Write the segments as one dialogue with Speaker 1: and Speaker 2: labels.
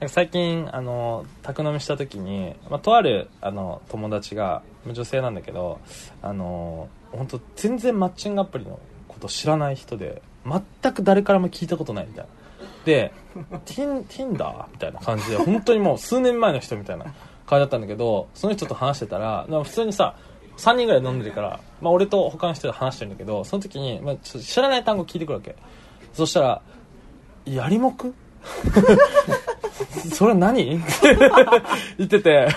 Speaker 1: なんか最近あの宅飲みした時に、まあ、とあるあの友達がまあ女性なんだけどあの本当全然マッチングアプリのこと知らない人で全く誰からも聞いたことないみたいなで Tin- Tinder みたいな感じで本当にもう数年前の人みたいな感じだったんだけどその人と話してたらなんか普通にさ3人ぐらい飲んでるから、まあ、俺と他の人で話してるんだけどその時に、まあ、ちょっと知らない単語聞いてくるわけそしたら「やりもく?そ」それ何 って言ってて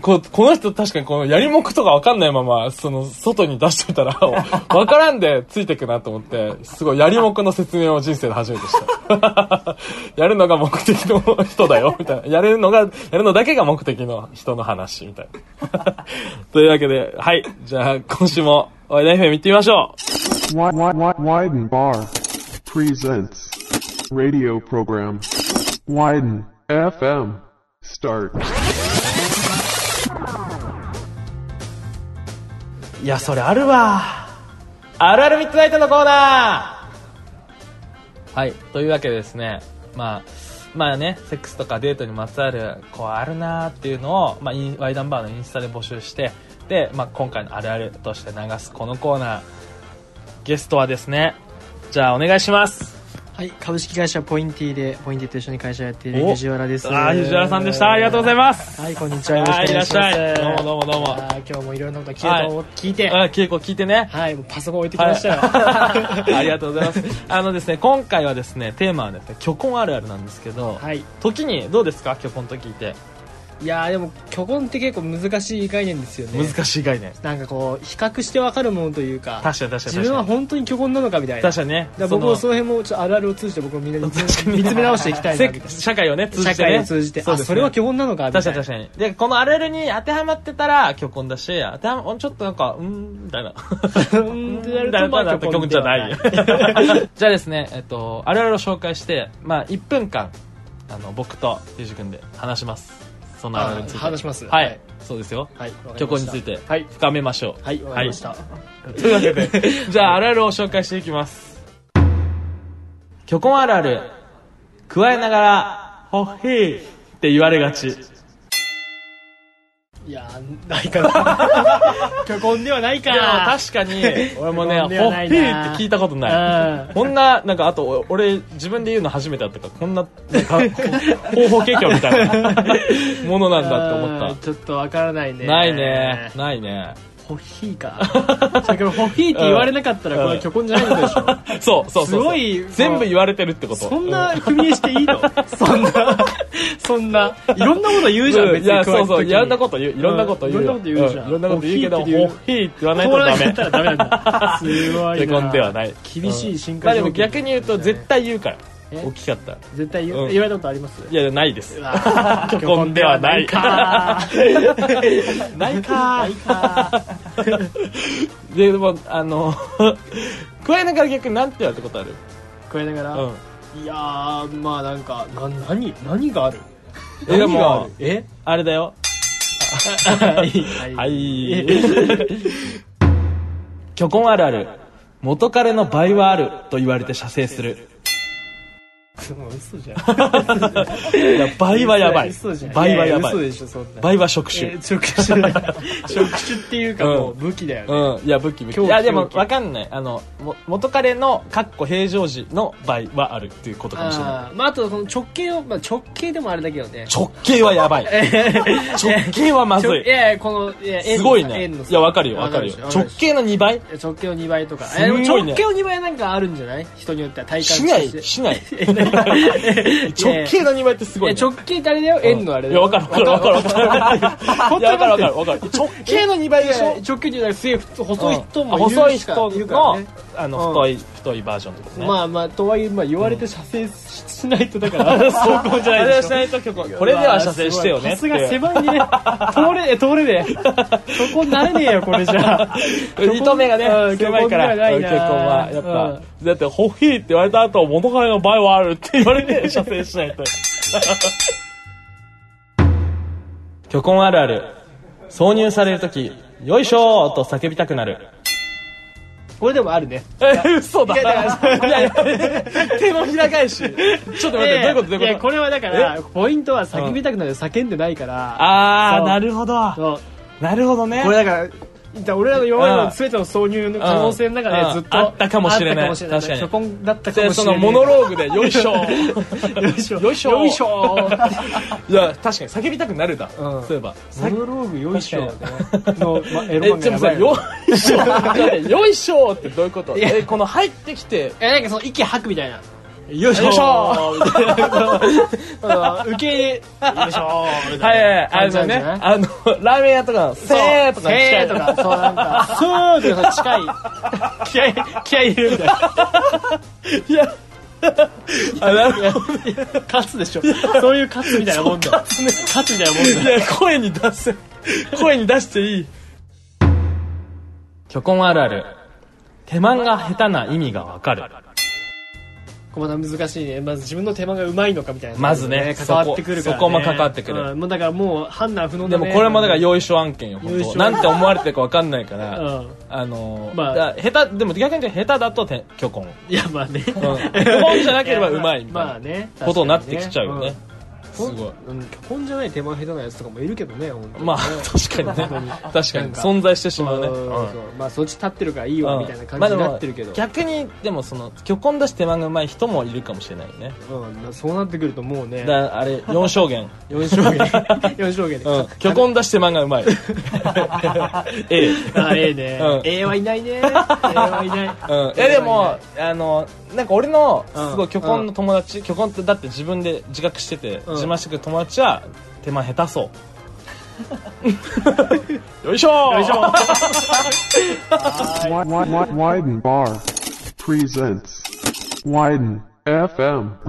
Speaker 1: ここの人確かにこのやりもくとか分かんないままその外に出しといたら分からんでついてくなと思ってすごいやりもくの説明を人生で初めてしたやるのが目的の人だよみたいなやるのがやるのだけが目的の人の話みたいなというわけではいじゃあ今週もおいだいふえ見てみましょ
Speaker 2: Wi- Wi- Wi- Widen Bar presents radio program Widen FM start.
Speaker 1: ういやそれあるわあるあるミッドナイトのコーナーはいというわけでですねまあまあねセックスとかデートにまつわるこうあるなーっていうのを、まあ、インワイダンバーのインスタで募集してで、まあ、今回のあるあるとして流すこのコーナーゲストはですねじゃあお願いします
Speaker 3: はい、株式会社ポインティで、ポインティと一緒に会社をやっている
Speaker 1: お
Speaker 3: 藤原です。
Speaker 1: ああ藤原さんでしたありがとうございます
Speaker 3: す。はい、こんにちは。よろしくお願いし
Speaker 1: は
Speaker 3: ま
Speaker 1: い
Speaker 3: す。
Speaker 1: いらっしゃいどうもどうもどうも
Speaker 3: あー今日もいろんなこと聞いて、
Speaker 1: は
Speaker 3: 聞いて、
Speaker 1: あ結構聞いてね
Speaker 3: はい、もうパソコン置いてきましたよ。
Speaker 1: はい ありがとうございます。あのですね、今回はですね、テーマはですね、虚婚あるあるなんですけど、
Speaker 3: はい。
Speaker 1: 時にどうですか、虚婚と聞いて。
Speaker 3: いやーでも、虚婚って結構難しい概念ですよね。
Speaker 1: 難しい概念。
Speaker 3: なんかこう、比較してわかるものというか、
Speaker 1: 確かに確かに
Speaker 3: 自分は
Speaker 1: 確か
Speaker 3: 本当に虚婚なのかみたい
Speaker 1: に。
Speaker 3: な。
Speaker 1: 確かにね。
Speaker 3: だから僕もそ
Speaker 1: そ
Speaker 3: の辺もちょっとあるあるを通じて僕もみんなに見
Speaker 1: 確
Speaker 3: つ
Speaker 1: かに
Speaker 3: 見つめ直していきたいなみたい
Speaker 1: せ
Speaker 3: な
Speaker 1: 社会をね、通じて、ね。
Speaker 3: 社会を通じて
Speaker 1: そう
Speaker 3: あ
Speaker 1: ですね
Speaker 3: それは虚婚なのかみたい
Speaker 1: 確か
Speaker 3: な
Speaker 1: に確かに。で、このあるあるに当てはまってたら虚婚だし、当てはま、ちょっとなんか、うーん、みたいな。
Speaker 3: うんってやるとまあ
Speaker 1: だ
Speaker 3: 虚婚では
Speaker 1: だと曲じゃないよ じゃあですね、えっと、あるあるを紹介して、まあ、1分間、あの、僕とゆうじくんで話します。そのあるあるについて。
Speaker 3: あ話します
Speaker 1: はい。
Speaker 3: はい
Speaker 1: そうですよ。
Speaker 3: はい、
Speaker 1: 虚婚について
Speaker 3: はい
Speaker 1: 深めましょう。
Speaker 3: はいわかりました、
Speaker 1: というわけで、 じゃあ、あるあるを紹介していきます。虚婚あるある、加えながら、ほっへーって言われがち。
Speaker 3: いやーないかな 虚婚ではないか
Speaker 1: いや確か に俺もね「ほ
Speaker 3: ほ
Speaker 1: っ
Speaker 3: っ
Speaker 1: ぺ
Speaker 3: ぺ
Speaker 1: ー」
Speaker 3: ー
Speaker 1: って聞いたことな
Speaker 3: う
Speaker 1: いこんななんかあとお俺自分で言うの初めてだったからこんななんか 方法結局みたいなものなんだって思
Speaker 3: あー
Speaker 1: っ
Speaker 3: ちょっとわからないね
Speaker 1: たないねないね
Speaker 3: ホッヒー かそれからホッヒーって言われなかったらこれは虚婚じゃないことでしょ
Speaker 1: そうそうそうそう
Speaker 3: すごい
Speaker 1: 全部言われてるってこと
Speaker 3: そんな踏み絵していいの そんなそんないろんなこと言うじゃん、
Speaker 1: うん
Speaker 3: 別
Speaker 1: い
Speaker 3: に
Speaker 1: やそうそういろんな
Speaker 3: と
Speaker 1: こと言ういろんなこと言うよ
Speaker 3: うんいろんなこと言うじゃん
Speaker 1: いろんなこと言うけど「
Speaker 3: ほ
Speaker 1: ほっ
Speaker 3: っひーって言う
Speaker 1: へー」って言わない
Speaker 3: 通
Speaker 1: とダ
Speaker 3: らなかっ
Speaker 1: メ
Speaker 3: たらダメなんだ すごい
Speaker 1: 結婚では
Speaker 3: ない
Speaker 1: ない
Speaker 3: 厳しい進
Speaker 1: ま
Speaker 3: 化
Speaker 1: あで
Speaker 3: 状況
Speaker 1: も逆に言うと絶対言うから
Speaker 3: え
Speaker 1: 大きかったら
Speaker 3: 絶対言,、
Speaker 1: うん
Speaker 3: 言われたことあり ます
Speaker 1: いやないです
Speaker 3: 虚
Speaker 1: 婚ではない
Speaker 3: か
Speaker 1: ないか
Speaker 3: ないか
Speaker 1: でもあの加えながら逆になんて言われたことある
Speaker 3: これだから、
Speaker 1: うん
Speaker 3: いやーまあなんかな何何がある
Speaker 1: えでも
Speaker 3: 何があるえ
Speaker 1: あれだよ
Speaker 3: はい
Speaker 1: はい 虚婚あるある元彼の倍はあると言われて射精する
Speaker 3: もう嘘じゃん
Speaker 1: いや倍はやばい
Speaker 3: 嘘じゃん
Speaker 1: 倍はやば
Speaker 3: 嘘
Speaker 1: い
Speaker 3: でしょそんな
Speaker 1: 倍は触
Speaker 3: え
Speaker 1: 手
Speaker 3: ー触手 触手っていうか
Speaker 1: うん
Speaker 3: もう武器だよね、
Speaker 1: うんいや武器武器
Speaker 3: 狂
Speaker 1: い
Speaker 3: 気
Speaker 1: やでも
Speaker 3: 狂気
Speaker 1: わかんないあのも元彼のかっこ平常時の倍はあるっていうことかもしれない
Speaker 3: あーまああとその直径を、まあ、直径でもあれだけどね
Speaker 1: 直径はやばい直径はまず
Speaker 3: 直い
Speaker 1: い
Speaker 3: やいやこのいや円の
Speaker 1: すごいね
Speaker 3: 円の
Speaker 1: いやわかるよわかるよ
Speaker 3: わ
Speaker 1: 直
Speaker 3: でしょ
Speaker 1: 径の2倍
Speaker 3: いや直径の2倍とか
Speaker 1: すごいね
Speaker 3: えでも直径の2倍なんかあるんじゃない人によっては体感
Speaker 1: しないし ない直径の2倍ってすごい、
Speaker 3: いや
Speaker 1: ね、
Speaker 3: 直径ってあれだよ円のあれ
Speaker 1: いや
Speaker 3: だよ
Speaker 1: わかるわかるわかるわかる
Speaker 3: 本
Speaker 1: いや
Speaker 3: 当
Speaker 1: わ
Speaker 3: に
Speaker 1: かる
Speaker 3: わ
Speaker 1: わ
Speaker 3: か
Speaker 1: か
Speaker 3: る
Speaker 1: るわかる直径の2倍でしょ
Speaker 3: 直球じゃなくてすげえ普通細い人もい
Speaker 1: う
Speaker 3: る
Speaker 1: ん細い
Speaker 3: しか
Speaker 1: 人
Speaker 3: いるから
Speaker 1: の
Speaker 3: ね
Speaker 1: あ
Speaker 3: う
Speaker 1: の
Speaker 3: ん
Speaker 1: 太い太いバージョンってことね
Speaker 3: まあまあとはいえ、まあ、言われて射精ししないとだ からそうこうじゃないでしょ
Speaker 1: いとこれでは射精してよね
Speaker 3: さすが狭いね通 れね通れねそこなれねえよこれじゃあ
Speaker 1: 糸目が
Speaker 3: う
Speaker 1: ね
Speaker 3: ん
Speaker 1: 狭いから
Speaker 3: 結婚ではない
Speaker 1: 結
Speaker 3: な
Speaker 1: 婚はやっぱだって「ホッヒー」って言われた後元彼の場合はあるって言われ て射精しないと 虚婚あるある挿入される時「よいしょ!」と叫びたくなる
Speaker 3: これでもあるね。
Speaker 1: え嘘だ
Speaker 3: いやだから
Speaker 1: いや いや手のひら返しちょっと待ってどういうことどう
Speaker 3: い
Speaker 1: い
Speaker 3: や
Speaker 1: うこ
Speaker 3: ことれはだから、ポイントは叫びたくなる叫んでないから。
Speaker 1: あ
Speaker 3: そ
Speaker 1: あ
Speaker 3: う
Speaker 1: なるほど
Speaker 3: そう
Speaker 1: なるほどね
Speaker 3: これだから、だから俺らの今までの全ての挿入の可能性の中
Speaker 1: うん
Speaker 3: でずっと、
Speaker 1: あったかもしれない
Speaker 3: あったかもしれ
Speaker 1: 確
Speaker 3: 初婚だったか
Speaker 1: で
Speaker 3: もし
Speaker 1: そ
Speaker 3: れな
Speaker 1: の
Speaker 3: い。
Speaker 1: モノローグでよいしょ
Speaker 3: よいし ょ。
Speaker 1: よいしょ
Speaker 3: よいしょ。
Speaker 1: いや確かに叫びたくなるだ、
Speaker 3: うん
Speaker 1: そういえば
Speaker 3: モノローグよいしょ。
Speaker 1: 確
Speaker 3: の、ま、エ
Speaker 1: え
Speaker 3: ロ
Speaker 1: ちょ
Speaker 3: 漫画や
Speaker 1: っとさ
Speaker 3: ばいよ
Speaker 1: よいしょ待って よいしょってどういうこと
Speaker 3: いや
Speaker 1: えこの入ってきて
Speaker 3: え、なんかその息吐くみたいな。
Speaker 1: よいしょ
Speaker 3: よいし
Speaker 1: は
Speaker 3: ょみたいな。受け入れ、よいしょみたいな。
Speaker 1: いはいあ
Speaker 3: 感じな
Speaker 1: の
Speaker 3: んじ
Speaker 1: ね
Speaker 3: ゃない
Speaker 1: あのラーメン屋とかのせーとかに近
Speaker 3: せ
Speaker 1: い
Speaker 3: ーとか、そうなんか、そうーとか近い。気合い、気合い入れるみたいな。
Speaker 1: いやあなるほど
Speaker 3: 勝つでしょ。そういう勝つみたいなもんだ。勝つみたいなもんだ。
Speaker 1: いや声に出せ声に出していい虚婚あるある手間が下手な意味がわかる
Speaker 3: ここまた難しいね。まず自分の手間がうまいのかみたいな。
Speaker 1: まずね
Speaker 3: 関わってくるから、ね。
Speaker 1: そこそこも関わってくる
Speaker 3: うんもうだからもう判断不能
Speaker 1: で
Speaker 3: だ、ね、
Speaker 1: もこれもだからよいしょ案件よ本
Speaker 3: よいし
Speaker 1: 当
Speaker 3: ょ
Speaker 1: なんて思われてるかわかんないか
Speaker 3: う
Speaker 1: ら
Speaker 3: ん。
Speaker 1: あのー
Speaker 3: まあ
Speaker 1: だから下手でも逆に言うと下手だとて虚婚
Speaker 3: いや、まあね。
Speaker 1: うん虚婚じゃなければうまいみたい
Speaker 3: ま
Speaker 1: な
Speaker 3: あね。
Speaker 1: ことになってきちゃうよねす
Speaker 3: 確か
Speaker 1: ご
Speaker 3: に
Speaker 1: い
Speaker 3: ね。うん。虚婚じゃない手間下手なやつとかもいるけどね、本当にね
Speaker 1: まあ確かにね確かに存在してしまうね
Speaker 3: そう
Speaker 1: うん
Speaker 3: そうまあそっち立ってるからいいわみたいな感
Speaker 1: まあ
Speaker 3: じ
Speaker 1: で
Speaker 3: に
Speaker 1: も
Speaker 3: なってるけど、
Speaker 1: 逆にでもその虚婚だし手間がうまい人もいるかもしれないよね
Speaker 3: うんなそうなってくるともうね
Speaker 1: だからあれ4証言
Speaker 3: 4証 言4証言で、
Speaker 1: うん虚婚だし手間がうまいええ
Speaker 3: あええね、
Speaker 1: うん
Speaker 3: ええはいないねええはいない、
Speaker 1: うん、いやでも、あのなんか俺のすご
Speaker 3: う
Speaker 1: い
Speaker 3: ん
Speaker 1: 虚婚の友達、虚婚ってだって自分で自覚してて、
Speaker 3: うん
Speaker 1: 自慢してくる友達は手間下手そう よいしょよいしょ
Speaker 2: Wi- wi- wi- Widen Bar presents Widen FM.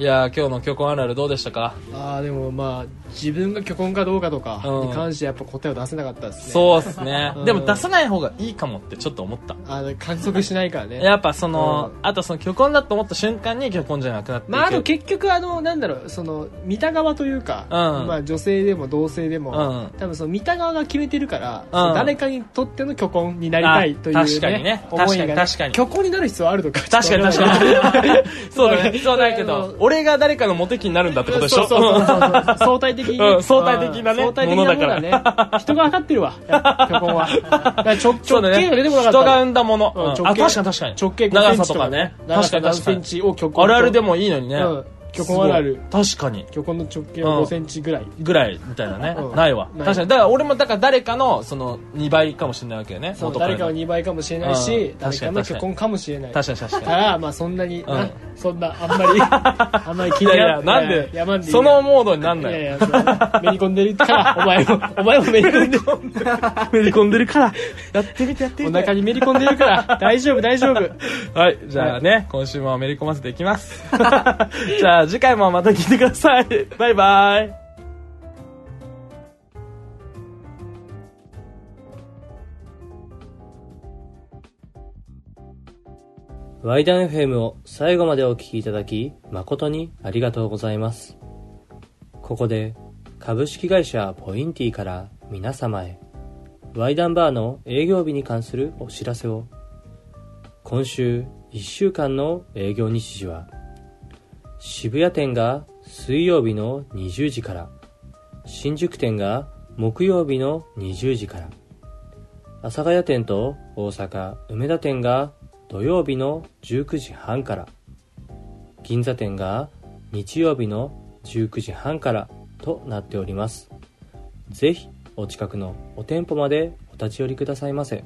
Speaker 1: いやー今日の虚婚あるあるどうでしたか、
Speaker 3: ああでもまあ自分が虚婚かどうかとか
Speaker 1: うん
Speaker 3: に関してやっぱ答えを出せなかったですね、
Speaker 1: そうっすね、
Speaker 3: うん
Speaker 1: でも出さない方がいいかもってちょっと思った
Speaker 3: あの観測しないからね
Speaker 1: やっぱその、
Speaker 3: う
Speaker 1: あとその虚婚だと思った瞬間に虚婚じゃなくなっていく、
Speaker 3: まあ、あと結局あのなんだろうその見た側というか、
Speaker 1: うん
Speaker 3: まあ、女性でも同性で
Speaker 1: うん
Speaker 3: も、多分その見た側が決めてるから、
Speaker 1: ん
Speaker 3: その誰かにとっての虚婚になりたいという、ね、
Speaker 1: あ確かにね
Speaker 3: 思
Speaker 1: 確か
Speaker 3: いが
Speaker 1: に確かに
Speaker 3: 虚婚になる必要はあるのか
Speaker 1: 確かに確
Speaker 3: に
Speaker 1: かにそうだね
Speaker 3: そう
Speaker 1: そうだけ
Speaker 3: あ
Speaker 1: ど
Speaker 3: の
Speaker 1: 俺が誰かのモテ期になるんだってことでしょ
Speaker 3: そうそうそう そう相対的に、
Speaker 1: うん相対的なね
Speaker 3: 相対的なものだね
Speaker 1: もの
Speaker 3: 人が分かってるわやっぱ虚婚はだから直
Speaker 1: そう
Speaker 3: 直
Speaker 1: だ
Speaker 3: 径
Speaker 1: ね
Speaker 3: が出てこなかっ
Speaker 1: 人
Speaker 3: た
Speaker 1: が生んだもの、
Speaker 3: うん
Speaker 1: うんあ
Speaker 3: 直
Speaker 1: 確
Speaker 3: 径
Speaker 1: かに確かに
Speaker 3: 直径5
Speaker 1: 長
Speaker 3: セン
Speaker 1: さ
Speaker 3: チ
Speaker 1: と
Speaker 3: とか
Speaker 1: かね確
Speaker 3: 長
Speaker 1: か
Speaker 3: さ
Speaker 1: に
Speaker 3: 何
Speaker 1: 確か
Speaker 3: セン
Speaker 1: に
Speaker 3: チを虚婚と
Speaker 1: あるあるでもいいのにね、
Speaker 3: うん虚婚あるある
Speaker 1: すごい確かに
Speaker 3: 虚婚の直径は5センチぐらい、
Speaker 1: ぐらいみたいなね、
Speaker 3: うん
Speaker 1: ないわ
Speaker 3: ない
Speaker 1: 確かにだから俺もだから誰かのその2倍かもしれないわけよね
Speaker 3: そう
Speaker 1: 元彼
Speaker 3: 誰
Speaker 1: の
Speaker 3: かは2倍かもしれないし
Speaker 1: うん
Speaker 3: 誰
Speaker 1: 確か
Speaker 3: か
Speaker 1: に
Speaker 3: の結婚かもしれない
Speaker 1: 確かに確
Speaker 3: か
Speaker 1: かに
Speaker 3: らまあそんなに、な
Speaker 1: うん
Speaker 3: そんなあんま りあんまり気
Speaker 1: いや
Speaker 3: に
Speaker 1: い
Speaker 3: な
Speaker 1: や
Speaker 3: ら
Speaker 1: なんで
Speaker 3: いやまんでいい
Speaker 1: そのモードになん
Speaker 3: い
Speaker 1: ない
Speaker 3: やいやそうめり込んで るからお前もお前もめり込んでる
Speaker 1: めり込んでるからやってみてやって
Speaker 3: お腹にめり込んでるから大丈夫大丈夫
Speaker 1: はいじゃあね、今週もめり込ませていきます じゃあ次回もまた聞いてくださいバイバイ
Speaker 4: ワイダン FM を最後までお聞きいただき、誠にありがとうございます。ここで、株式会社ポインティから皆様へ、ワイダンバーの営業日に関するお知らせを。今週1週間の営業日時は、渋谷店が水曜日の20時から、新宿店が木曜日の20時から、阿佐ヶ谷店と大阪梅田店が土曜日の19時半から銀座店が日曜日の19時半からとなっておりますぜひお近くのお店舗までお立ち寄りくださいませ